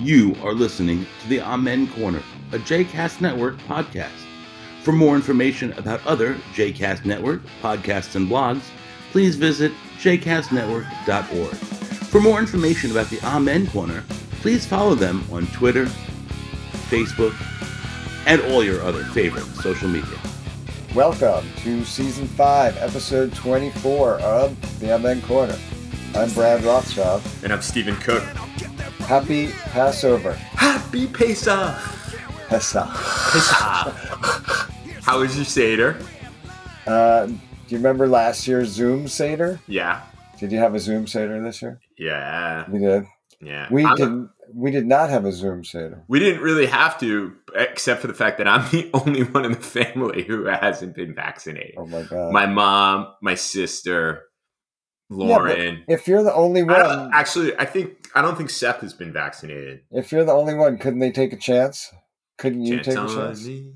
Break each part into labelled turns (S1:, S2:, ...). S1: You are listening to the Amen Corner, a JCast Network podcast. For more information about other JCast Network podcasts and blogs, please visit jcastnetwork.org. For more information about the Amen Corner, please follow them on Twitter, Facebook, and all your other favorite social media.
S2: Welcome to season five, episode 24 of The Amen Corner. I'm Brad Rothschild.
S3: And I'm Stephen Cook.
S2: Happy Passover.
S3: Happy Pesach!
S2: Pesach.
S3: Pesach! How was your Seder?
S2: Uh, do you remember last year's Zoom Seder?
S3: Yeah.
S2: Did you have a Zoom Seder this year?
S3: Yeah.
S2: We did.
S3: Yeah.
S2: We
S3: I'm-
S2: didn't. We did not have a Zoom Seder.
S3: We didn't really have to, except for the fact that I'm the only one in the family who hasn't been vaccinated.
S2: Oh my god!
S3: My mom, my sister,
S2: Yeah, but
S3: Lauren.
S2: if you're the only
S3: I don't,
S2: one,
S3: actually, I think I don't think Seth has been vaccinated.
S2: if you're the only one, couldn't they take a chance? Couldn't you
S3: Chance
S2: take a
S3: on
S2: chance?
S3: me.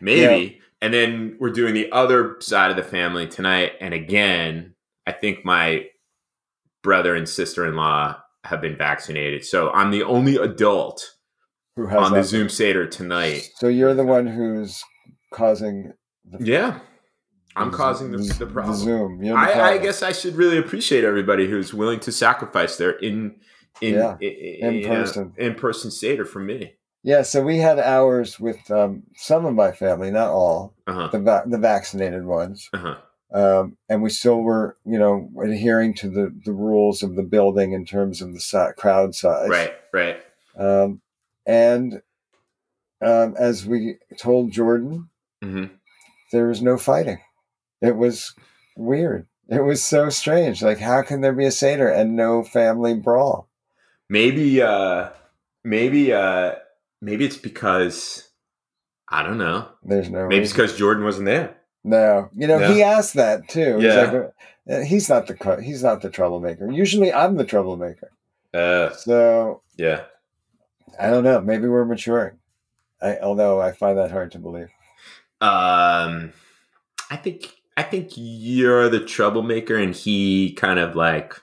S3: Maybe. And then we're doing the other side of the family tonight. And again, I think my brother and sister in law have been vaccinated. So I'm the only adult
S2: Who has
S3: on the
S2: that?
S3: Zoom Seder tonight.
S2: So you're the one who's causing.
S3: Yeah. I'm
S2: the-
S3: causing the, the problem.
S2: Zoom. You're the
S3: I, I
S2: problem.
S3: guess I should really appreciate everybody who's willing to sacrifice their in in
S2: Yeah.
S3: in,
S2: In person.
S3: in person Seder for me.
S2: Yeah, so we had ours with um, some of my family, not all,
S3: Uh huh.
S2: the va- the vaccinated ones,
S3: Uh huh.
S2: um, and we still were, you know, adhering to the the rules of the building in terms of the si- crowd size.
S3: Right. Right.
S2: Um, and um, as we told Jordan,
S3: hmm
S2: there was no fighting. It was weird. It was so strange. Like, how can there be a seder and no family brawl?
S3: maybe uh maybe uh maybe it's because i don't know
S2: There's no
S3: maybe it's
S2: reason.
S3: because jordan wasn't there
S2: No, you know
S3: No?
S2: he asked that too. He's
S3: Yeah.
S2: like, "Uh, he's not the co- he's not the troublemaker. Usually I'm the troublemaker.
S3: uh
S2: So
S3: yeah
S2: I don't know. Maybe we're maturing. I, although I find that hard to believe.
S3: um i think i think you're the troublemaker and he kind of like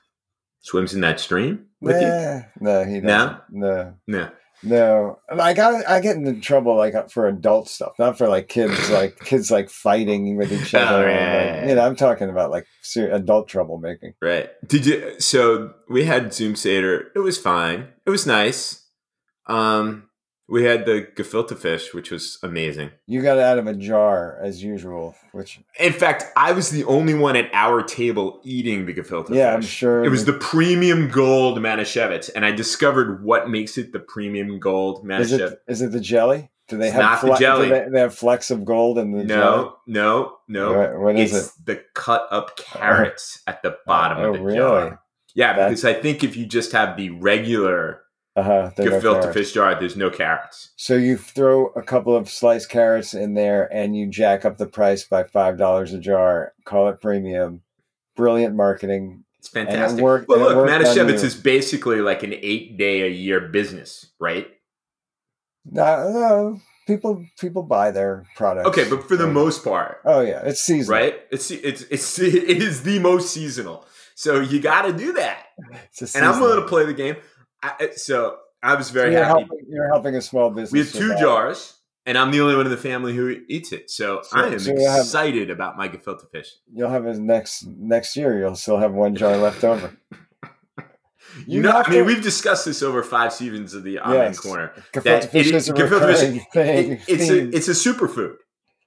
S3: swims in that stream with
S2: Nah, no, he doesn't.
S3: No?
S2: No,
S3: you no
S2: no. Like I, I get into trouble like uh, for adult stuff, not for like kids. like kids like fighting with each
S3: Oh,
S2: other.
S3: right,
S2: and,
S3: right,
S2: like,
S3: right.
S2: you know, I'm talking about like ser- adult troublemaking.
S3: right did you so we had zoom seder it was fine it was nice um we had the gefilte fish which was amazing
S2: You got it out of a jar as usual, which
S3: In fact, I was the only one at our table eating the gefilte fish.
S2: yeah, I'm sure
S3: It was the premium gold Manischewitz, and I discovered what makes it the premium
S2: Is
S3: gold Manischewitz.
S2: it is it the jelly? Do they
S3: It's
S2: have
S3: not the jelly.
S2: Do they, they have flecks of gold in the jelly?
S3: No, no, no.
S2: What- what is
S3: it's
S2: it?
S3: the cut up carrots at the bottom
S2: Oh,
S3: of the
S2: really?
S3: jar. Yeah,
S2: That's-
S3: because I think if you just have the regular
S2: Uh huh.
S3: gefilte fish jar, there's no carrots.
S2: So you throw a couple of sliced carrots in there, and you jack up the price by five dollars a jar. Call it premium. Brilliant marketing.
S3: It's fantastic.
S2: worked-
S3: but
S2: and it
S3: look,
S2: worked on
S3: Manischewitz
S2: you.
S3: is basically like an eight day a year business, right?
S2: No, no, uh, people people buy their products.
S3: Okay, but for the
S2: And-
S3: most part,
S2: oh yeah, it's seasonal.
S3: right? It's it's it's it is the most seasonal. So you got to do that,
S2: It's a
S3: and I'm willing
S2: seasonal.
S3: to play the game. I, I- so I was very
S2: you're
S3: happy.
S2: Helping, you're helping a small business.
S3: We have two
S2: survive.
S3: jars, and I'm the only one in the family who eats it. So,
S2: So-
S3: I am
S2: so you have-
S3: excited about my gefilte fish.
S2: You'll have a next next year. You'll still have one jar left over.
S3: You,
S2: You
S3: know,
S2: have
S3: I mean,
S2: to-
S3: we've discussed this over five seasons of the Amen
S2: Yes.
S3: Corner.
S2: Gefilte
S3: That-
S2: fish
S3: it-
S2: is a
S3: gefilte fish-
S2: recurring thing.
S3: It, it's a it's a superfood.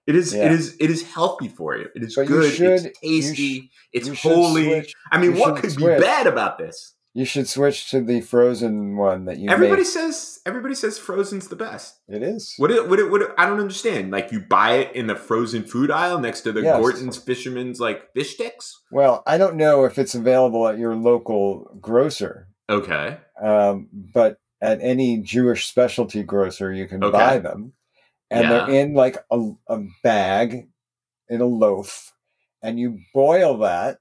S3: It is
S2: Yeah.
S3: it is it is healthy for you. It is
S2: But you
S3: good.
S2: should- you
S3: it's tasty.
S2: you
S3: it's
S2: should
S3: holy.
S2: switch-
S3: I mean,
S2: you
S3: what
S2: should
S3: could
S2: switch.
S3: be bad about this?
S2: You should switch to the frozen one that you
S3: everybody
S2: make.
S3: says everybody says frozen's the best.
S2: It is.
S3: What it, what it, what it- I don't understand. Like you buy it in the frozen food aisle next to the
S2: Yes.
S3: Gorton's Fisherman's like fish sticks.
S2: Well, I don't know if it's available at your local grocer,
S3: Okay.
S2: um, but at any Jewish specialty grocer, you can
S3: Okay.
S2: buy them, and they're in like a, a bag in a loaf, and you boil that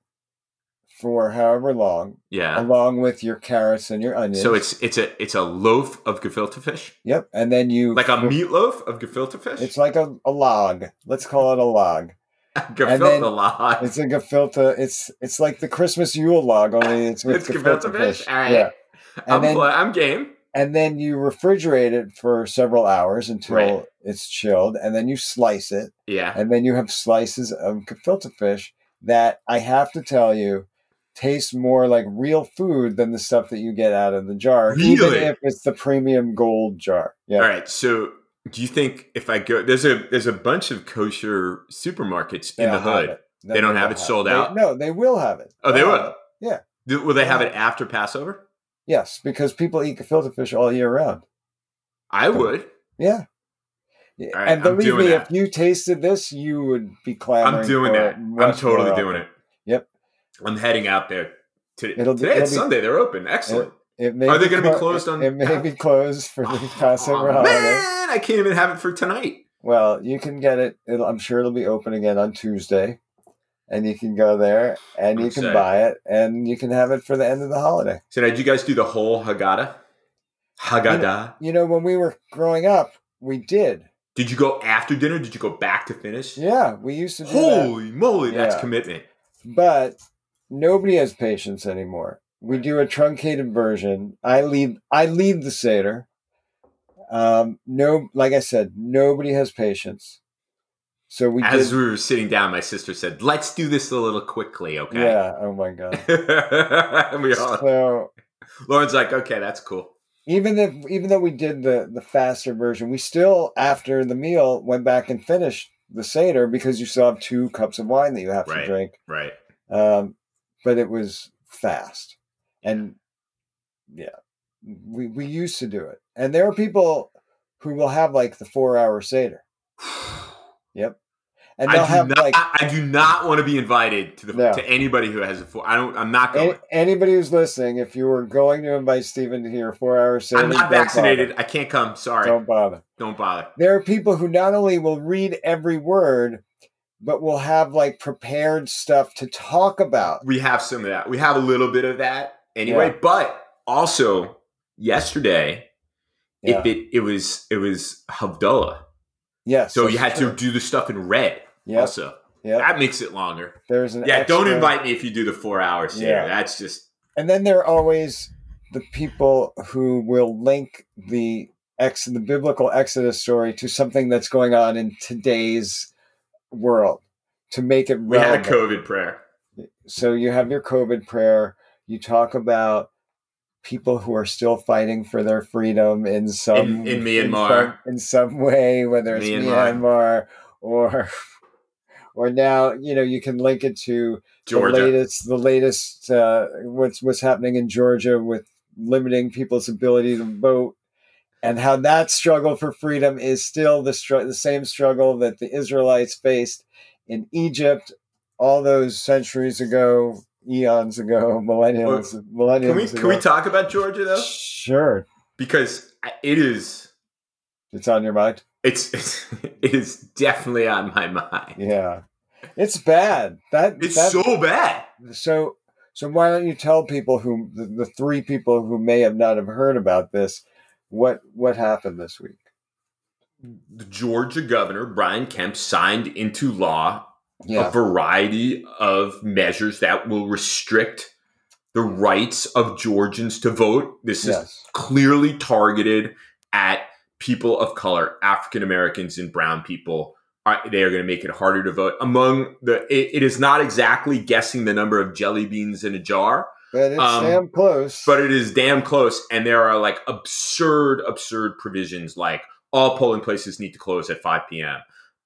S2: for however long,
S3: Yeah.
S2: along with your carrots and your onions.
S3: So it's it's a it's a loaf of gefilte fish,
S2: yep, and then you
S3: like a meatloaf of gefilte fish.
S2: It's like a, a log. Let's call it a log.
S3: gefilte
S2: and then-
S3: log.
S2: It's a gefilte. It's it's like the Christmas Yule log, only it's with
S3: It's gefilte fish. All right.
S2: Yeah, and
S3: I'm
S2: then
S3: pl- I'm game.
S2: and then you refrigerate it for several hours until
S3: Right.
S2: it's chilled, and then you slice it,
S3: Yeah.
S2: and then you have slices of gefilte fish that I have to tell you tastes more like real food than the stuff that you get out of the jar, even
S3: Really?
S2: if it's the premium gold jar. Yeah,
S3: All right. So do you think if I go there's a there's a bunch of kosher supermarkets in
S2: They'll
S3: the
S2: have
S3: hood.
S2: it.
S3: They don't
S2: will
S3: have it sold
S2: They-
S3: out?
S2: no, they will have it. Uh,
S3: Oh, they
S2: They'll
S3: will.
S2: have it. Yeah.
S3: Do- will they have it after Passover?
S2: Yes, because people eat gefilte fish all year round.
S3: I would.
S2: Yeah. Yeah,
S3: All right,
S2: and
S3: I'm
S2: believe
S3: doing
S2: me,
S3: that.
S2: if you tasted this, you would be clamoring.
S3: I'm doing
S2: for
S3: that.
S2: it
S3: I'm
S2: much
S3: totally
S2: more
S3: doing
S2: often.
S3: it.
S2: Yep.
S3: I'm heading out there. Today,
S2: It'll be-
S3: today
S2: it'll
S3: it's
S2: be-
S3: Sunday. They're open. Excellent.
S2: It may
S3: Are they gonna be
S2: clo-
S3: closed on-
S2: It may be closed for the Passover
S3: Aw,
S2: holiday.
S3: Oh, man, I can't even have it for tonight.
S2: Well, you can get it. It'll, I'm sure it'll be open again on Tuesday, and you can go there and
S3: I'm
S2: you can
S3: excited.
S2: buy it and you can have it for the end of the holiday.
S3: So now, did you guys do the whole Haggadah? Haggadah.
S2: You know, when we were growing up, we did.
S3: Did you go after dinner? Did you go back to finish?
S2: Yeah, we used to do that.
S3: Holy moly, that's
S2: Yeah.
S3: commitment.
S2: but nobody has patience anymore. We do a truncated version. I lead. I lead the seder. Um, no, like I said, nobody has patience. So we
S3: As
S2: did,
S3: we were sitting down, my sister said, "Let's do this a little quickly, okay?"
S2: yeah. Oh my god.
S3: and we all,
S2: so
S3: Lauren's like, "Okay, that's cool."
S2: even if even though we did the the faster version, we still after the meal went back and finished the seder because you still have two cups of wine that you have
S3: Right.
S2: to drink.
S3: Right.
S2: um, but it was fast and yeah we, we used to do it and there are people who will have like the four hour seder yep and they'll
S3: I do
S2: have
S3: not.
S2: like
S3: I do not want to be invited to the
S2: No.
S3: to anybody who has a four. I don't. I'm not going.
S2: a- anybody who's listening if you were going to invite stephen to your four hour seder
S3: I'm
S2: don't
S3: not
S2: bother.
S3: vaccinated. I can't come. Sorry.
S2: don't bother
S3: Don't bother.
S2: there are people who not only will read every word but will have like prepared stuff to talk about
S3: we have some of that. We have a little bit of that anyway.
S2: Yeah.
S3: But also yesterday,
S2: yeah.
S3: if it it was it was Havdalah,
S2: yes
S3: so you had to do the stuff in red.
S2: yes
S3: Also,
S2: yeah
S3: that makes it longer.
S2: there's an
S3: Yeah, don't
S2: extra-
S3: invite me if you do the four hours. Yeah,
S2: Yeah.
S3: that's just
S2: and then there are always the people who will link the ex the biblical exodus story to something that's going on in today's world to make it
S3: we had
S2: relevant.
S3: a COVID prayer.
S2: so you have your covid prayer you talk about people who are still fighting for their freedom in some
S3: In- in
S2: in
S3: Myanmar.
S2: some, in some way whether it's
S3: Myanmar.
S2: myanmar, or or now you know you can link it to the
S3: Georgia,
S2: latest the latest uh, what's what's happening in Georgia with limiting people's ability to vote and how that struggle for freedom is still the str- the same struggle that the Israelites faced in Egypt all those centuries ago eons ago millennials millennials
S3: can we
S2: ago.
S3: can we talk about Georgia though?
S2: sure
S3: Because I- it is
S2: it's on your mind
S3: it's, it's it is definitely on my mind.
S2: yeah it's bad that
S3: It's
S2: that,
S3: so bad.
S2: so so why don't you tell people who the, the three people who may have not have heard about this what what happened this week
S3: The Georgia governor Brian Kemp signed into law a
S2: yeah
S3: variety of measures that will restrict the rights of Georgians to vote. This is
S2: yes
S3: clearly targeted at people of color, African Americans and brown people. Are, they are going to make it harder to vote. Among the, it- it is not exactly guessing the number of jelly beans in a jar,
S2: but it's
S3: um,
S2: damn close
S3: but it is damn close. And there are like absurd, absurd provisions like all polling places need to close at 5 p.m.,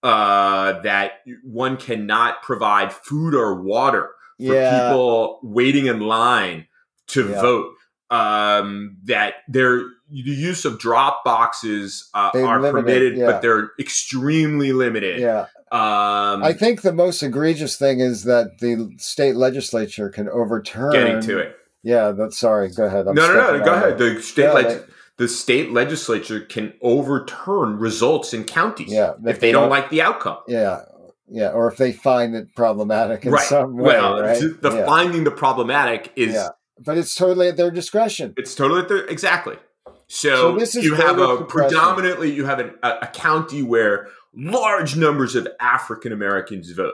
S3: uh, that one cannot provide food or water for
S2: yeah
S3: people waiting in line to
S2: Yeah.
S3: vote. Um, that their the use of drop boxes uh,
S2: They
S3: are
S2: limit it,
S3: permitted,
S2: yeah.
S3: but they're extremely limited.
S2: yeah
S3: Um,
S2: i think the most egregious thing is that the state legislature can overturn
S3: getting to it.
S2: yeah that's sorry go ahead I'm
S3: no, no,
S2: stepping
S3: no. Go
S2: on
S3: ahead.
S2: you.
S3: The state
S2: Yeah,
S3: leg-
S2: they-
S3: the state legislature can overturn results in counties
S2: Yeah, if
S3: if they
S2: they
S3: don't
S2: don't-
S3: like the outcome.
S2: yeah yeah or if they find it problematic in
S3: Right.
S2: some way
S3: well,
S2: right
S3: th- the
S2: yeah.
S3: finding the problematic is
S2: Yeah. but it's totally at their discretion
S3: It's totally at the- exactly. So,
S2: So this is
S3: you have
S2: voter
S3: a
S2: suppression.
S3: predominantly you have an, a, a county where large numbers of African Americans vote.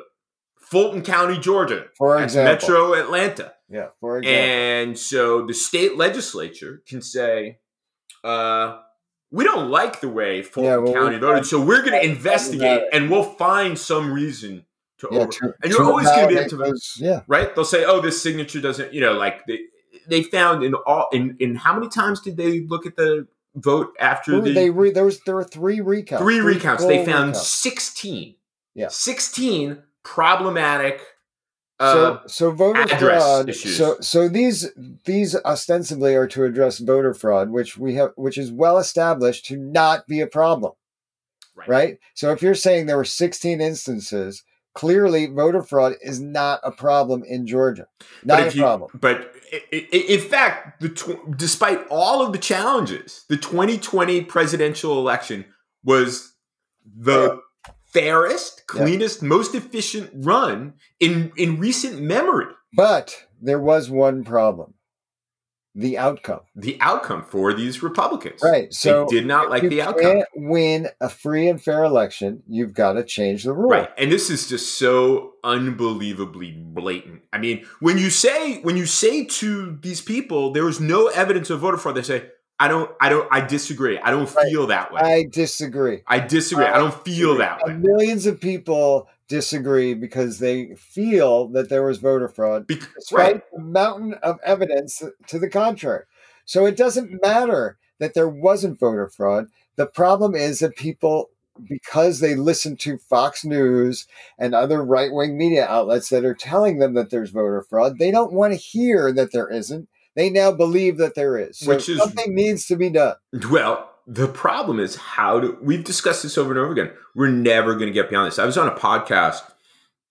S3: Fulton County, Georgia.
S2: for
S3: That's
S2: example
S3: Metro Atlanta.
S2: yeah for example
S3: And so the state legislature can say, uh, we don't like the way Fulton
S2: Yeah, well,
S3: County
S2: we're-
S3: voted, so we're going to
S2: we're-
S3: investigate and we'll find some reason to
S2: Yeah,
S3: over.
S2: to-
S3: and you're
S2: to
S3: always going to be
S2: validate
S3: able to
S2: those- Yeah.
S3: right? They'll say, "Oh, this signature doesn't," you know, like they they found in all in in how many times did they look at the vote after
S2: Who-
S3: the
S2: they re, there was there were three recounts.
S3: three recounts? They
S2: full
S3: found
S2: recounts.
S3: sixteen.
S2: Yeah.
S3: sixteen problematic. Uh,
S2: so so voter
S3: address
S2: fraud.
S3: issues.
S2: So so these these ostensibly are to address voter fraud, which we have, which is well established to not be a problem,
S3: right.
S2: right? So if you're saying there were 16 instances, clearly voter fraud is not a problem in Georgia,
S3: But
S2: not
S3: if
S2: a
S3: you-
S2: problem.
S3: But i- i- i- in fact, the tw- despite all of the challenges, the 2020 presidential election was the fairest,
S2: Yeah.
S3: cleanest, most efficient run in in recent memory.
S2: But there was one problem: the outcome.
S3: the outcome for these Republicans.
S2: Right. So
S3: they did not like
S2: you
S3: the outcome.
S2: can't win a free and fair election. You've got to change the rule.
S3: Right. And this is just so unbelievably blatant. I mean, when you say when you say to these people there was no evidence of voter fraud, they say, I don't I don't I disagree. I don't
S2: Right.
S3: feel that way. I,
S2: I disagree.
S3: disagree. I don't feel that way.
S2: uh, Millions of people disagree because they feel that there was voter fraud,
S3: Bec-
S2: despite
S3: right.
S2: a mountain of evidence to the contrary. So it doesn't matter that there wasn't voter fraud. The problem is that people, because they listen to Fox News and other right wing media outlets that are telling them that there's voter fraud, they don't want to hear that there isn't. They now believe that there is. So
S3: Which is-
S2: something needs to be done.
S3: Well, the problem is how do we've discussed this over and over again. We're never going to get beyond this. I was on a podcast a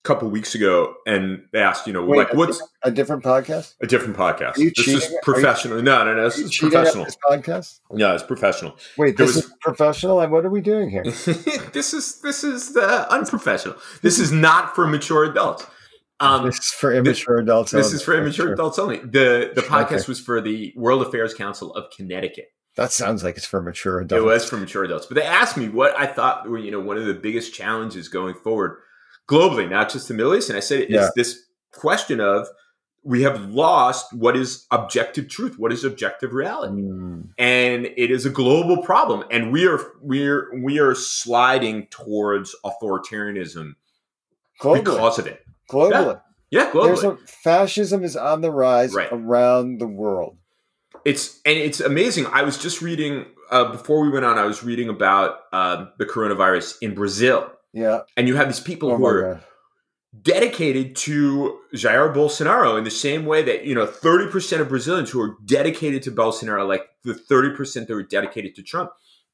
S3: couple weeks ago and they asked, you know,
S2: Wait,
S3: like what's
S2: a different podcast?
S3: A different podcast.
S2: Are you
S3: This
S2: cheating?
S3: is
S2: Are you-
S3: professional. no, no, no. This
S2: You
S3: is
S2: cheated at
S3: professional.
S2: This podcast?
S3: No, it's professional.
S2: Wait,
S3: There
S2: this
S3: was-
S2: is professional, and what are we doing here?
S3: this is this is uh, unprofessional. This is not for mature adults. Um,
S2: this is for immature adults.
S3: this
S2: only.
S3: is for immature
S2: Sure.
S3: adults only. The the
S2: Okay.
S3: podcast was for the World Affairs Council of Connecticut.
S2: That sounds like it's for mature
S3: It
S2: adults.
S3: was for mature adults. But they asked me what I thought were, you know, one of the biggest challenges going forward globally, not just the Middle East. And I said, it's
S2: Yeah.
S3: this question of we have lost what is objective truth, what is objective reality.
S2: Mm.
S3: and it is a global problem and we are we're we are sliding towards authoritarianism
S2: globally.
S3: because of it
S2: globally.
S3: yeah
S2: There's
S3: globally
S2: a, fascism is on the rise
S3: Right.
S2: around the world.
S3: it's and it's amazing i was just reading uh, before we went on i was reading about um, the coronavirus in brazil
S2: Yeah.
S3: and you have these people
S2: Oh
S3: who
S2: my
S3: are
S2: God.
S3: dedicated to Jair Bolsonaro in the same way that, you know, 30% of Brazilians who are dedicated to Bolsonaro, like the 30% that were dedicated to Trump.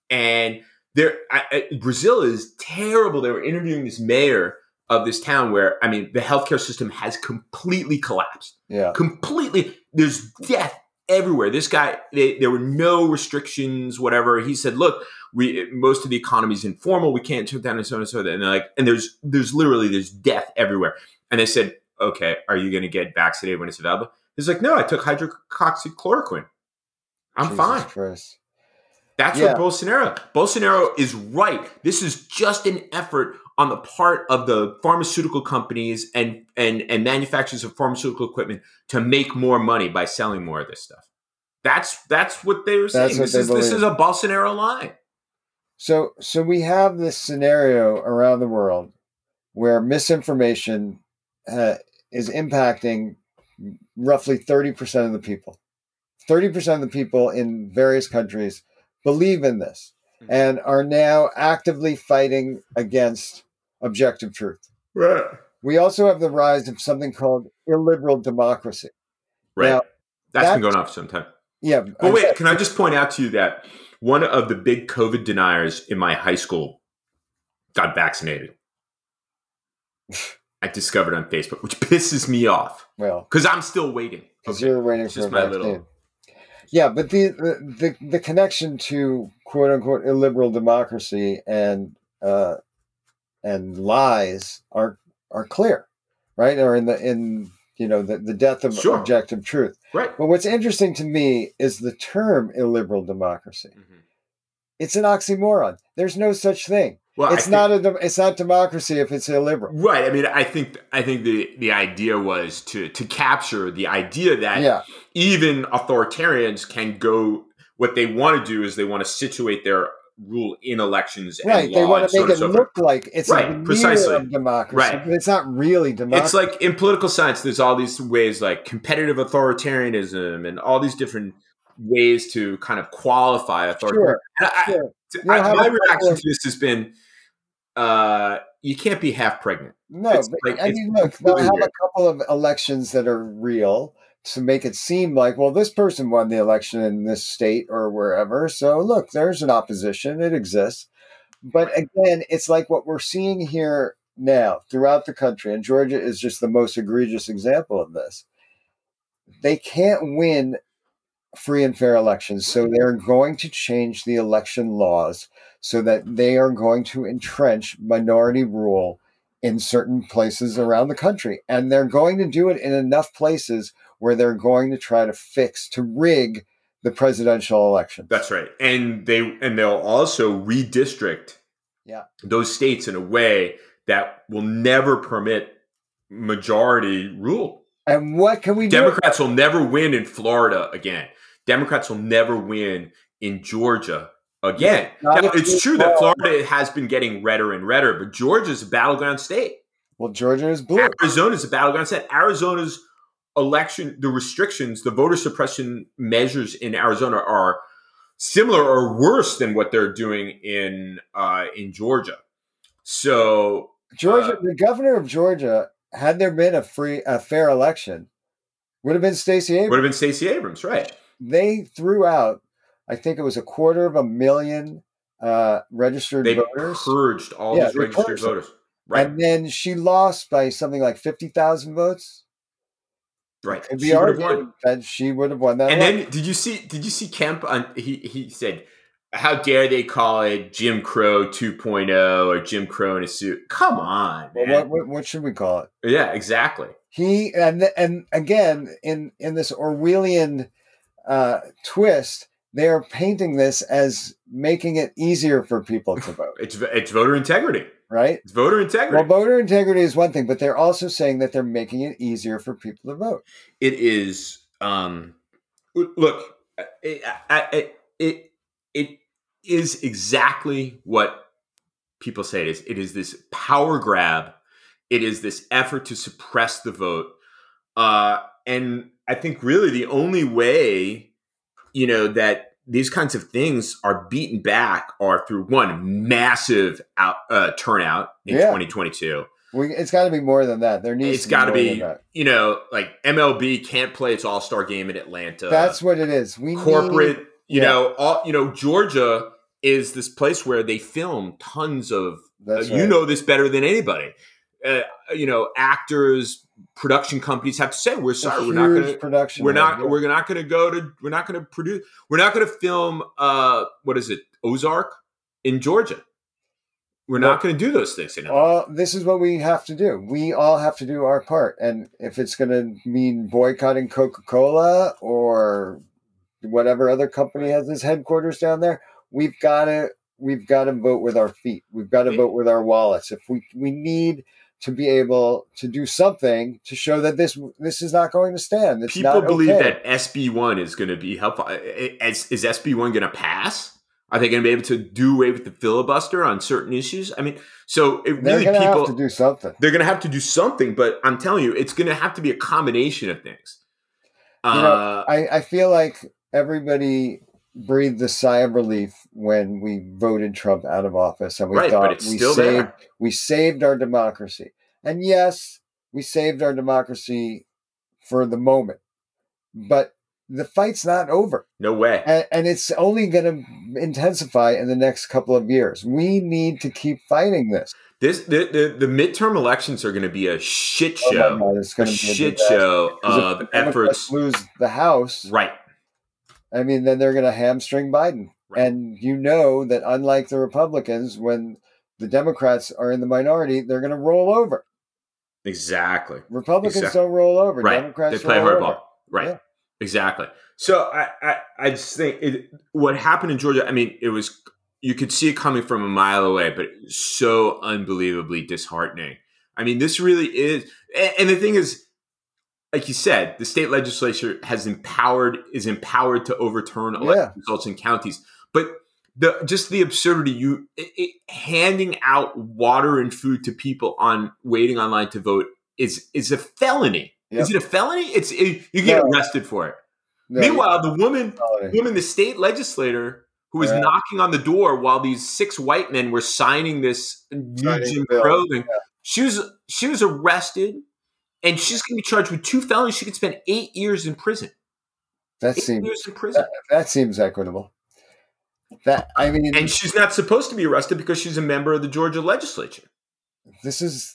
S3: And there, I, I, Brazil is terrible. They were interviewing this mayor of this town where, I mean, the healthcare system has completely collapsed.
S2: Yeah.
S3: Completely. There's death everywhere. This guy, they, there were no restrictions, whatever. He said, look, we most of the economy is informal. We can't shut down and so on and so on. And they're like, and there's there's literally there's death everywhere. And they said, okay, are you going to get vaccinated when it's available? He's like, no, I took hydroxychloroquine. I'm
S2: Jesus
S3: fine.
S2: Christ.
S3: That's
S2: Yeah.
S3: what Bolsonaro. Bolsonaro is right. This is just an effort on the part of the pharmaceutical companies and and and manufacturers of pharmaceutical equipment to make more money by selling more of this stuff. That's that's what they were saying.
S2: what
S3: This
S2: they
S3: is this
S2: believe.
S3: is a Bolsonaro line.
S2: So, so we have this scenario around the world where misinformation uh, is impacting roughly 30% of the people. 30% of the people in various countries believe in this
S3: Hmm.
S2: and are now actively fighting against objective truth.
S3: Right.
S2: We also have the rise of something called illiberal democracy.
S3: Right.
S2: Now,
S3: that's been
S2: that's-
S3: going on for some time.
S2: Yeah.
S3: But wait, can I just point out to you that one of the big COVID deniers in my high school got vaccinated? I discovered on Facebook, which pisses me off
S2: Well,
S3: because I'm still waiting.
S2: because
S3: Okay.
S2: you're waiting
S3: It's
S2: for
S3: just
S2: a
S3: my
S2: vaccine.
S3: little-
S2: Yeah, but the, the the the connection to quote unquote illiberal democracy and uh, and lies are are clear, right? Or in the in you know the, the death of
S3: Sure.
S2: objective truth.
S3: Right.
S2: But what's interesting to me is the term illiberal democracy.
S3: Mhm.
S2: It's an oxymoron. There's no such thing.
S3: Well,
S2: It's not a dem- it's not democracy if it's illiberal.
S3: think, right. I mean, I think I think the the idea was to to capture the idea that
S2: Yeah,
S3: even authoritarians can go what they want to do is they want to situate their rule in elections and
S2: Right.
S3: law
S2: They want
S3: and
S2: to
S3: so
S2: make
S3: on
S2: it
S3: and so forth.
S2: look like it's
S3: Right,
S2: a veneer
S3: precisely.
S2: of democracy,
S3: Right.
S2: but it's not really democracy.
S3: It's like in political science, there's all these ways like competitive authoritarianism and all these different ways to kind of qualify authoritarianism.
S2: sure.
S3: And I-
S2: sure.
S3: I-
S2: You'll have a
S3: my
S2: couple
S3: reaction
S2: of-
S3: to this has been uh, you can't be half pregnant.
S2: No,
S3: It's
S2: but,
S3: like-
S2: I
S3: it's
S2: mean, look, they'll
S3: completely
S2: have
S3: weird.
S2: a couple of elections that are real to make it seem like, well, this person won the election in this state or wherever. So look, there's an opposition, it exists. But again, it's like what we're seeing here now throughout the country, and Georgia is just the most egregious example of this. They can't win free and fair elections. So they're going to change the election laws so that they are going to entrench minority rule in certain places around the country. And they're going to do it in enough places where they're going to try to fix, to rig the presidential election.
S3: That's right. And they and they'll also redistrict
S2: Yeah.
S3: those states in a way that will never permit majority rule.
S2: and what can we do?
S3: Democrats will never win in Florida again. Democrats will never win in Georgia again.
S2: Not
S3: Now,
S2: if we
S3: it's true that
S2: fall.
S3: Florida has been getting redder and redder, but Georgia's a battleground state.
S2: Well, Georgia is blue.
S3: Arizona's a battleground state. Arizona's election, the restrictions, the voter suppression measures in Arizona are similar or worse than what they're doing in uh, in Georgia. So
S2: Georgia, the governor of Georgia, had there been a free, a fair election, would have been Stacey Abrams.
S3: would have been Stacey Abrams, right?
S2: they threw out, I think it was a quarter of a million uh, registered
S3: They
S2: voters,
S3: purged all
S2: Yeah,
S3: these
S2: they
S3: registered
S2: purged them.
S3: voters. Right,
S2: and then she lost by something like fifty thousand votes.
S3: right.
S2: Could
S3: She
S2: be
S3: would have
S2: argued
S3: won.
S2: that she would have won that.
S3: And
S2: election.
S3: then did you see? Did you see Kemp? On he he said. How dare they call it Jim Crow 2.0 or Jim Crow in a suit? Come on,
S2: Well, what,
S3: man.
S2: what what should we call it?
S3: yeah, exactly.
S2: He and and again in in this Orwellian uh, twist, they are painting this as making it easier for people to vote,
S3: It's it's voter integrity.
S2: right?
S3: It's voter integrity.
S2: Well, voter integrity is one thing, but they're also saying that they're making it easier for people to vote.
S3: it is. Um, look, it, I- I- it it is exactly what people say it is. It is this power grab. It is this effort to suppress the vote. Uh, and I think really the only way, you know, that these kinds of things are beaten back are through one massive out, uh, turnout in
S2: Yeah.
S3: 2022.
S2: We, it's got to be more than that. There needs
S3: it's got to
S2: more than
S3: be
S2: that.
S3: you know like MLB can't play its All Star game in Atlanta.
S2: That's what it is. We
S3: uh, corporate.
S2: need-
S3: you
S2: yeah.
S3: know, all you know, Georgia is this place where they film tons of. uh,
S2: That's
S3: you
S2: right.
S3: know this better than anybody. Uh, you know, actors, production companies have to say we're
S2: A
S3: sorry, we're not
S2: huge
S3: going to.
S2: production.
S3: We're not.
S2: value.
S3: We're not going to go to. We're not going to produce. We're not going to film. Uh, what is it? Ozark in Georgia. We're not going to do those things. In Atlanta.
S2: all this is what we have to do. We all have to do our part, and if it's going to mean boycotting Coca Cola or whatever other company has its headquarters down there, we've got to we've got to vote with our feet. We've got to vote with our wallets. If we we need to be able to do something to show that this this is not going to stand. It's
S3: people
S2: not
S3: believe
S2: okay.
S3: that SB one is going to be helpful. Is, is SB one going to pass? Are they going to be able to do away with the filibuster on certain issues? I mean, so it
S2: they're
S3: really
S2: going to
S3: people
S2: have to do something.
S3: they're going to have to do something. But I'm telling you, it's going to have to be a combination of things.
S2: know,
S3: Uh,
S2: I, I feel like everybody breathed a sigh of relief when we voted Trump out of office and we
S3: right,
S2: thought
S3: but it's
S2: we
S3: still
S2: saved
S3: there.
S2: we saved our democracy. And yes, we saved our democracy for the moment. But the fight's not over.
S3: No way.
S2: And, and it's only going to intensify in the next couple of years. We need to keep fighting this.
S3: This the, the the midterm elections are going to be a shit
S2: Oh my
S3: show.
S2: God, it's
S3: a
S2: going to be a
S3: shit
S2: disaster.
S3: show
S2: 'Cause if
S3: of
S2: the Democrats
S3: efforts.
S2: lose the House.
S3: Right.
S2: I mean, then they're going to hamstring Biden.
S3: Right.
S2: And you know that, unlike the Republicans, when the Democrats are in the minority, they're going to roll over.
S3: Exactly.
S2: Republicans
S3: Exactly.
S2: don't roll over.
S3: right.
S2: Democrats
S3: they play
S2: roll over.
S3: hardball. Right.
S2: Yeah.
S3: Exactly. So I, I, I just think it, what happened in Georgia. I mean, it was you could see it coming from a mile away, but so unbelievably disheartening. I mean, this really is. And, and the thing is, like you said, the state legislature has empowered is empowered to overturn election
S2: Yeah.
S3: results in counties. But the just the absurdity you it, it, handing out water and food to people on waiting online to vote is is a felony. Is it a felony? It's it, you get
S2: No.
S3: arrested for it.
S2: No,
S3: Meanwhile, the woman
S2: you're
S3: woman, the state legislator who was
S2: Yeah.
S3: knocking on the door while these six white men were signing this new
S2: Signing
S3: Jim
S2: the bill,
S3: Crow thing. She was she was arrested, and she's going to be charged with two felonies. She could spend eight years in prison.
S2: That
S3: Eight
S2: seems
S3: years in prison,
S2: that seems equitable. That I mean,
S3: and she's not supposed to be arrested because she's a member of the Georgia legislature.
S2: this is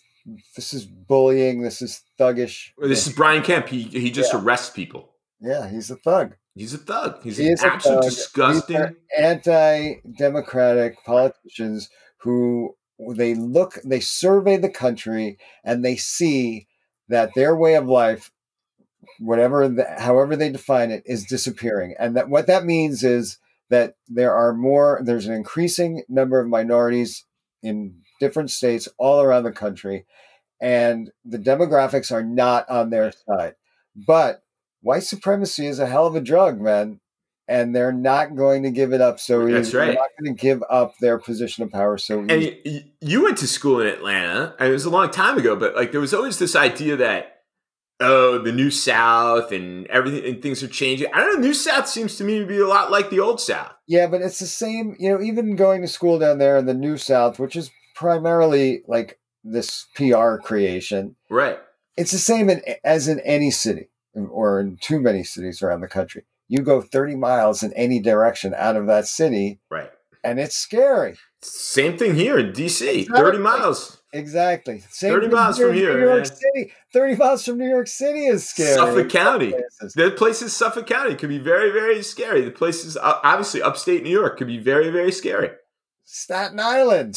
S2: this is bullying. This is thuggish.
S3: This is Brian Kemp. He he just arrests people.
S2: yeah, he's a thug.
S3: He's a thug. He's
S2: He
S3: an
S2: is a
S3: absolute
S2: thug.
S3: disgusting.
S2: These are anti-democratic politicians who they look, they survey the country, and they see that their way of life, whatever, the, however they define it, is disappearing, and that what that means is that there are more. There's an increasing number of minorities in different states all around the country, and the demographics are not on their side. But white supremacy is a hell of a drug, man. And they're not going to give it up so
S3: That's
S2: easy. They're
S3: right.
S2: not going to give up their position of power so easy.
S3: and y- you went to school in Atlanta. and It was a long time ago, but like there was always this idea that oh, the new South and everything and things are changing. I don't know. New South seems to me to be a lot like the old South.
S2: Yeah, but it's the same, you know, even going to school down there in the New South, which is primarily like this PR creation,
S3: Right.
S2: it's the same in, as in any city or in too many cities around the country. You go 30 miles in any direction out of that city,
S3: Right.
S2: and it's scary.
S3: Same thing here in DC.
S2: Exactly.
S3: Thirty miles.
S2: Exactly. Same
S3: 30
S2: thing
S3: miles from
S2: in
S3: here,
S2: New York
S3: man.
S2: City. 30 miles from New York City is scary.
S3: Suffolk County.
S2: Places.
S3: The places Suffolk County can be very, very scary. The places o- obviously upstate New York could be very, very scary.
S2: Staten Island.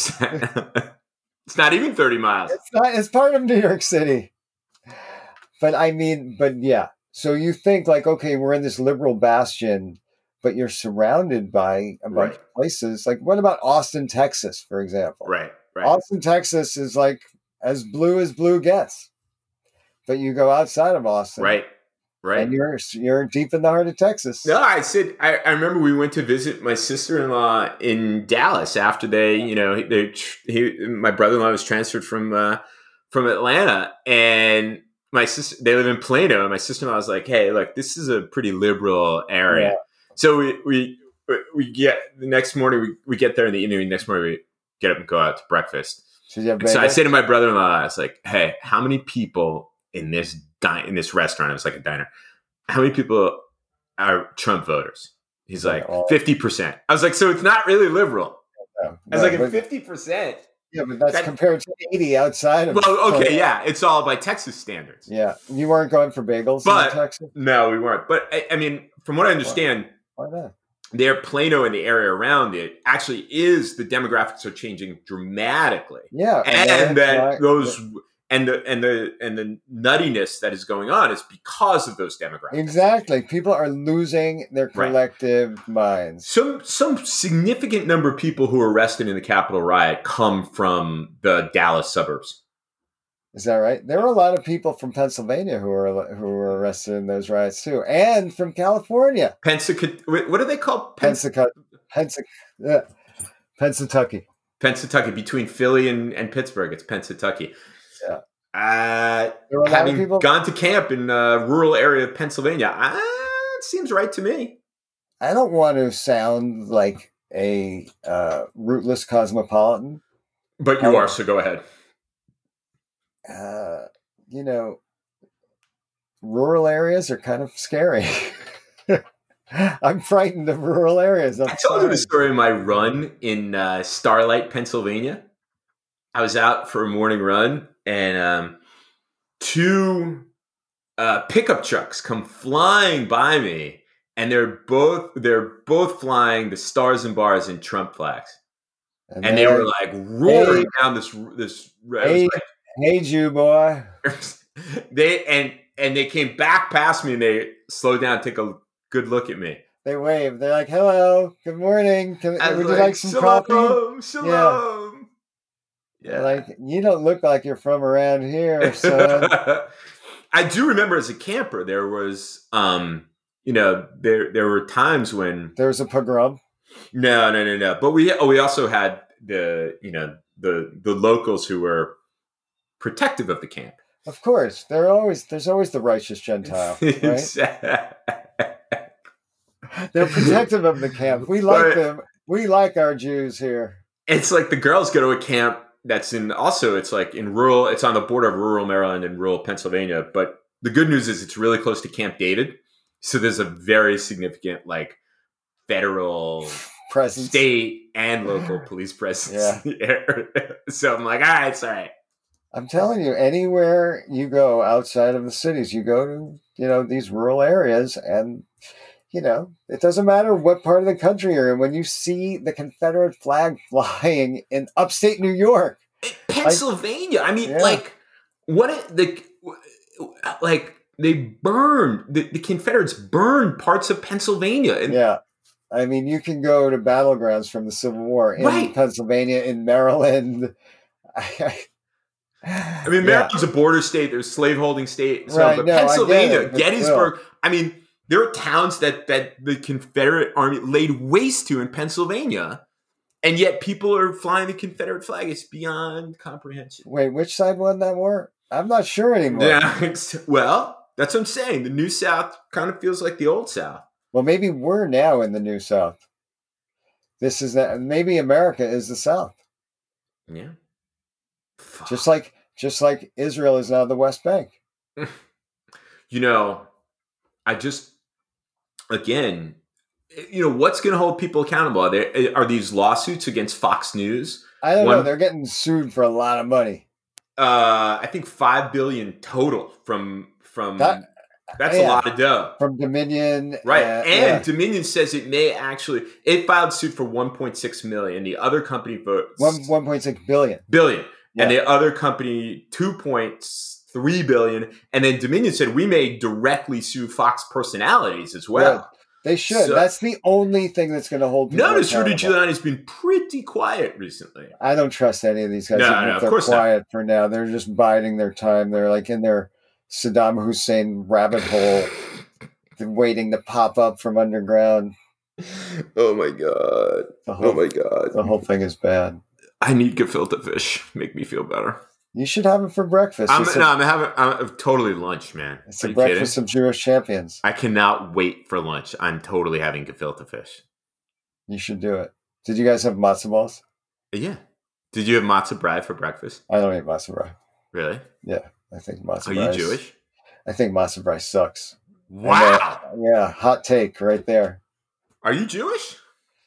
S3: it's not even thirty miles.
S2: It's not. It's part of New York City. But I mean, but yeah. So you think like, okay, we're in this liberal bastion, but you're surrounded by a bunch of places. Like, what about Austin, Texas, for example?
S3: Right. Right.
S2: Austin, Texas is like as blue as blue gets. But you go outside of Austin,
S3: Right. Right.
S2: And you're you're deep in the heart of Texas.
S3: No, I said I, I remember we went to visit my sister in law in Dallas after they, you know, they tr- he, my brother in law was transferred from uh, from Atlanta, and my sister they live in Plano, and my sister in law was like, "Hey, look, this is a pretty liberal area."
S2: Yeah.
S3: So we we we get the next morning we, we get there in the evening. The next morning we get up and go out to breakfast.
S2: So you have
S3: And so I
S2: Vegas?
S3: say to my brother in law, I was like, "Hey, how many people in this di- in this restaurant? It was like a diner. How many people are Trump voters?" He's
S2: Yeah,
S3: like,
S2: all-
S3: fifty percent. I was like, "So it's not really liberal."
S2: No,
S3: I was
S2: no,
S3: like,
S2: but,
S3: fifty percent.
S2: yeah, but that's
S3: that-
S2: compared to eighty outside of.
S3: Well, okay, yeah, it's all by Texas standards.
S2: yeah. You weren't going for bagels
S3: But-
S2: in Texas.
S3: No, we weren't. But I, I mean, from what I understand,
S2: Why not?
S3: their Plano and the area around it actually is the demographics are changing dramatically.
S2: Yeah,
S3: and
S2: that's
S3: that
S2: why-
S3: those and the and the and the nuttiness that is going on is because of those demographics.
S2: exactly people are losing their
S3: Right.
S2: collective minds.
S3: Some some significant number of people who were arrested in the Capitol riot come from the Dallas suburbs.
S2: Is that right? There were a lot of people from Pennsylvania who were who were arrested in those riots too, and from California,
S3: Pensacola, what do they call Pens-
S2: Pensacola, Pensacola, Pennsatucky.
S3: Pensatucky between Philly and, and Pittsburgh? It's Pensatucky.
S2: Yeah.
S3: Uh,
S2: There were a lot of
S3: having
S2: people.
S3: gone to camp in a rural area of Pennsylvania, uh, it seems right to me.
S2: I don't want to sound like a uh, rootless cosmopolitan.
S3: But you
S2: However-
S3: are, so go ahead.
S2: Uh, you know, rural areas are kind of scary. I'm frightened of rural areas. I'm
S3: I told you
S2: sorry.
S3: the story of my run in uh, Starlight, Pennsylvania. I was out for a morning run, and um, two uh, pickup trucks come flying by me, and they're both they're both flying the stars and bars and Trump flags, and they
S2: then-
S3: were like roaring down this this.
S2: Hey. Hey, Jew boy.
S3: they and and they came back past me, and they slowed down, take a good look at me.
S2: They wave. They're like, "Hello, good morning. Can, would
S3: I was
S2: you like some
S3: shalom,
S2: coffee?"
S3: Shalom.
S2: They're Like, you don't look like you're from around here, son.
S3: I do remember as a camper, there was, um, you know, there there were times when
S2: There was a pogrom.
S3: no, no, no, no. But we oh, we also had the you know the the locals who were protective of the camp.
S2: Of course, there are always there's always the righteous Gentile, right? They're protective of the camp. We like
S3: But-
S2: them. We like our Jews here.
S3: it's like the girls go to a camp that's in also it's like in rural it's on the border of rural maryland and rural pennsylvania but the good news is it's really close to camp david so there's a very significant like federal
S2: Presence.
S3: state and local police presence in the area. so i'm like all right it's all right
S2: I'm telling you, anywhere you go outside of the cities, you go to you know these rural areas, and you know it doesn't matter what part of the country you're in. When you see the Confederate flag flying in upstate New York,
S3: Pennsylvania. I, mean,
S2: Yeah.
S3: like what it, the like they burned the, the Confederates burned parts of Pennsylvania, and
S2: yeah, I mean you can go to battlegrounds from the Civil War in
S3: Right.
S2: Pennsylvania, in Maryland. I,
S3: I mean, Maryland's a border state. There's slaveholding state. and So,
S2: Right,
S3: but
S2: no, I get
S3: Pennsylvania,
S2: it, but
S3: Gettysburg. I mean, there are towns that that the Confederate Army laid waste to in Pennsylvania, and yet people are flying the Confederate flag. It's beyond comprehension.
S2: Wait, which side won that war? I'm not sure anymore.
S3: Yeah. Well, that's what I'm saying. The New South kind of feels like the Old South.
S2: Well, maybe we're now in the New South. This is that. Maybe America is the South,
S3: Yeah.
S2: just like just like Israel is now the West Bank.
S3: you know, I just again, eh, you know, what's going to hold people accountable? Are there eh, are these lawsuits against Fox News?
S2: I don't know.
S3: One-
S2: They're getting sued for a lot of money.
S3: Uh, I think five billion total from from
S2: That-
S3: that's
S2: yeah.
S3: a lot of dough.
S2: from Dominion,
S3: Right.
S2: uh,
S3: and
S2: yeah.
S3: Dominion says it may actually it filed suit for 1.6 million. The other company votes
S2: one one point six billion.
S3: billion. And
S2: Yeah.
S3: the other company 2.3 billion. And then Dominion said we may directly sue Fox personalities as well.
S2: Right. They should.
S3: So-
S2: That's the only thing that's going to hold. people
S3: Notice Rudy
S2: accountable.
S3: Giuliani's been pretty quiet recently.
S2: I don't trust any of these guys.
S3: No,
S2: even
S3: no,
S2: if
S3: of
S2: they're
S3: course not.
S2: quiet for now. They're just biding their time. They're like in their Saddam Hussein rabbit hole, waiting to pop up from underground.
S3: Oh my god.
S2: The whole
S3: god.
S2: the whole thing is bad.
S3: I need gefilte fish. Make me feel better.
S2: You should have it for breakfast.
S3: I'm,
S2: it's a,
S3: no, I'm having I'm totally lunch, man.
S2: it's
S3: Are
S2: a
S3: you
S2: breakfast
S3: kidding?
S2: of Jewish champions.
S3: I cannot wait for lunch. I'm totally having gefilte fish.
S2: You should do it. Did you guys have matzo balls?
S3: Yeah. Did you have matzo bread for breakfast?
S2: I don't eat matzo brie.
S3: Really?
S2: I think matzo.
S3: Are you
S2: rice-
S3: Jewish?
S2: I think matzo brie sucks.
S3: Wow.
S2: Yeah, hot take right there.
S3: Are you Jewish?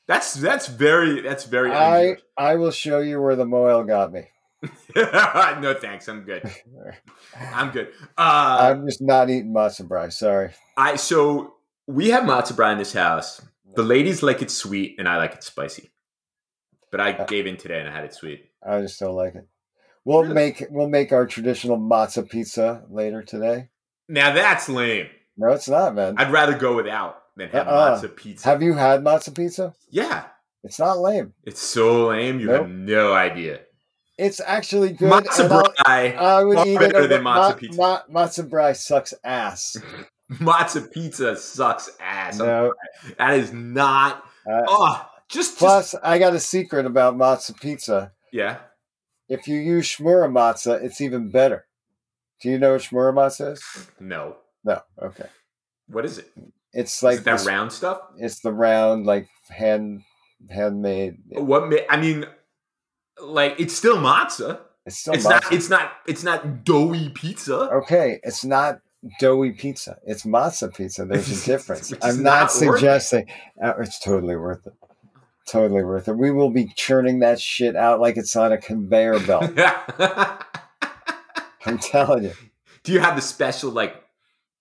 S3: That's that's very that's very.
S2: I
S3: un-Jewish.
S2: I will show you where the moel got me.
S3: no thanks. I'm good. I'm good. Uh,
S2: I'm just not eating matzo brie. Sorry.
S3: I so we have matzo bread in this house. The ladies like it sweet, and I like it spicy. But
S2: Uh,
S3: I gave in today, and I had it sweet.
S2: I just don't like it. We'll
S3: Really?
S2: make we'll make our traditional matzo pizza later today.
S3: Now that's lame.
S2: No, it's not, man.
S3: I'd rather go without than have
S2: Uh-uh.
S3: matzo pizza.
S2: Have you had matzo pizza?
S3: yeah,
S2: It's not lame.
S3: it's so lame. You
S2: Nope.
S3: have no idea.
S2: It's actually good.
S3: Matzo
S2: and I'll-
S3: brie,
S2: I would
S3: Far
S2: eat
S3: better
S2: it
S3: than
S2: over-
S3: matzo pizza.
S2: Ma- matzo brie sucks ass.
S3: matzo pizza sucks ass.
S2: no.
S3: That is not.
S2: Uh,
S3: Oh, just, just
S2: plus, I got a secret about matzo pizza.
S3: yeah.
S2: If you use shmura matzo, it's even better. Do you know what shmura matzo is?
S3: No,
S2: No. Okay.
S3: what is it? Is
S2: It's like
S3: it that
S2: this-
S3: round stuff?
S2: it's the round, like hand handmade.
S3: What? Ma- I mean, like it's still matzo.
S2: It's still
S3: it's
S2: matzo.
S3: not. It's not. It's not doughy pizza.
S2: okay. It's not doughy pizza. It's matzo pizza. There's a difference.
S3: Which is
S2: I'm not,
S3: not worth it.
S2: suggesting. Uh, it's totally worth it. Totally worth it. We will be churning that shit out like it's on a conveyor belt. I'm telling you.
S3: Do you have the special like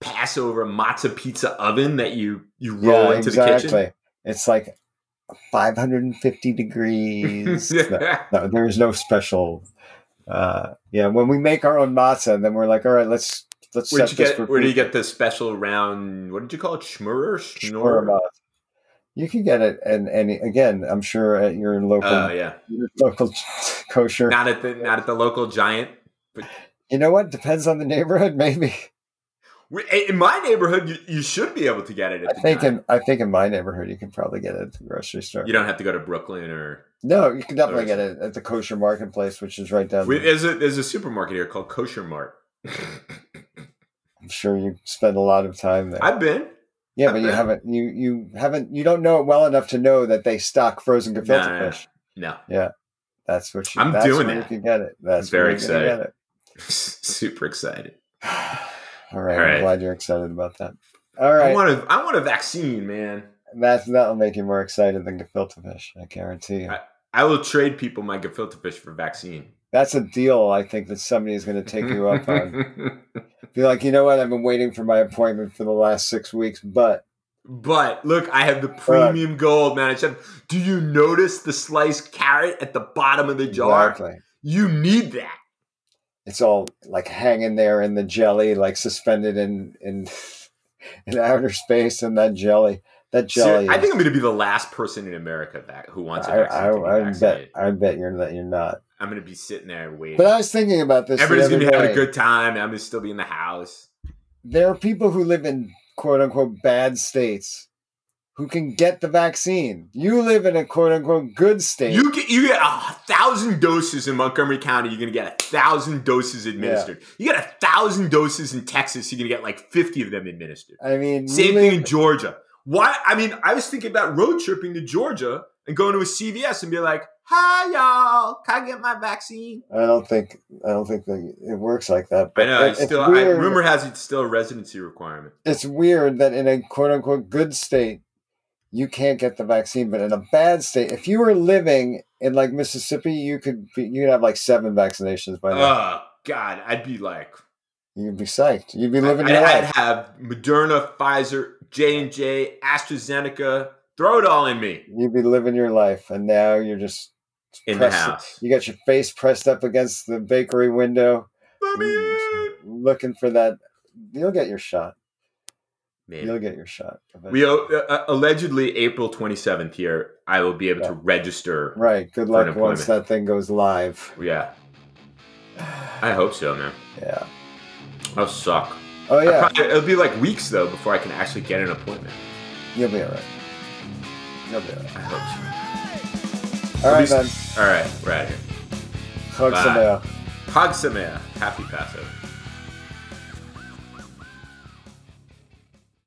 S3: Passover matzo pizza oven that you you roll into the
S2: It's like 550 degrees. no,
S3: kitchen?
S2: no, there is no special. Uh, yeah, when we make our own matzah, then we're like, all right, let's let's
S3: Where'd
S2: set
S3: you
S2: this
S3: get?
S2: for
S3: Where do you
S2: people.
S3: get the special round? What did you call it? Schmurrer?
S2: Sure
S3: Schnorr?
S2: about it. You can get it, and and again, I'm sure at your local
S3: Oh yeah,
S2: your local kosher.
S3: not at the not at the local giant.
S2: you know what? Depends on the neighborhood, maybe.
S3: We- In my neighborhood, you, you should be able to get it. At
S2: I
S3: the
S2: think
S3: time.
S2: in I think in my neighborhood you can probably get it at the grocery store.
S3: you don't have to go to Brooklyn or
S2: No, you can definitely
S3: Kosher.
S2: get it at the kosher marketplace, which is right down.
S3: we,
S2: there.
S3: there's a there's a supermarket here called Kosher Mart.
S2: I'm sure you spend a lot of time there.
S3: I've been.
S2: yeah, but you
S3: I've-
S2: haven't you you haven't you don't know it well enough to know that they stock frozen
S3: No,
S2: gefilte
S3: no, no.
S2: fish.
S3: no.
S2: That's what you.
S3: I'm
S2: that's
S3: doing
S2: where You
S3: that.
S2: can get it. That's
S3: very
S2: where you can Get it.
S3: super excited.
S2: All right,
S3: All right.
S2: I'm glad you're excited about that. All right,
S3: I want a I want a vaccine, man.
S2: that's that'll make you more excited than gefilte fish. I guarantee you.
S3: I- I will trade people my gefilte fish for vaccine.
S2: That's a deal. I think that somebody's going to take you up on. Be like, you know what? I've been waiting for my appointment for the last six weeks, but
S3: But look, I have the premium gold, man. I said, do you notice the sliced carrot at the bottom of the jar?
S2: exactly.
S3: You need that.
S2: it's all like hanging there in the jelly, like suspended in in in outer space in that jelly. That jelly.
S3: Ser- I think
S2: is-
S3: I'm going to be the last person in America that who wants a
S2: I,
S3: vaccine.
S2: I,
S3: to get
S2: I, bet
S3: vaccinated.
S2: I bet you're that you're not.
S3: I'm going to be sitting there waiting.
S2: But I was thinking about this. the
S3: Everybody's going to
S2: other
S3: be having a
S2: day.
S3: good time. and I'm going to still be in the house.
S2: There are people who live in quote unquote bad states who can get the vaccine. You live in a quote unquote good state.
S3: You get you get a thousand doses in Montgomery County. You're going to get a thousand doses administered. You get a thousand doses in Texas. You're going to get like 50 of them administered.
S2: I mean, you
S3: Same
S2: live-
S3: thing in Georgia. Why? I mean, I was thinking about road tripping to Georgia and going to a CVS and be like, "Hi, y'all, can I get my vaccine?"
S2: I don't think I don't think that it works like that.
S3: I know.
S2: it-
S3: It's still, I,
S2: weird.
S3: rumor has it it's still a residency requirement.
S2: it's weird that in a quote unquote good state, you can't get the vaccine, but in a bad state, if you were living in like Mississippi, you could be, you could have like seven vaccinations by now.
S3: Oh God, I'd be like,
S2: You'd be psyched. You'd be living
S3: I'd,
S2: your
S3: I'd
S2: life.
S3: have Moderna, Pfizer, J and J, AstraZeneca. Throw it all in me
S2: You'd be living your life, and now you're just
S3: in the
S2: pressed,
S3: house.
S2: You got your face pressed up against the bakery window,
S3: Let me in.
S2: looking for that. You'll get your shot. You'll
S3: Maybe.
S2: get your shot.
S3: We uh, uh, allegedly April 27th here. I will be able to register.
S2: right. Good luck once
S3: unemployment.
S2: that thing goes live.
S3: Yeah, I hope so, man.
S2: Yeah.
S3: I'll suck.
S2: Oh
S3: I
S2: yeah.
S3: probably- it'll be like weeks though before I can actually get an appointment.
S2: You'll be all right. You'll be all right.
S3: I hope
S2: All right,
S3: least-
S2: man.
S3: so. All right, we're out of here.
S2: Hugs
S3: Bye.
S2: and, uh,
S3: Hag Sameach. Happy Passover.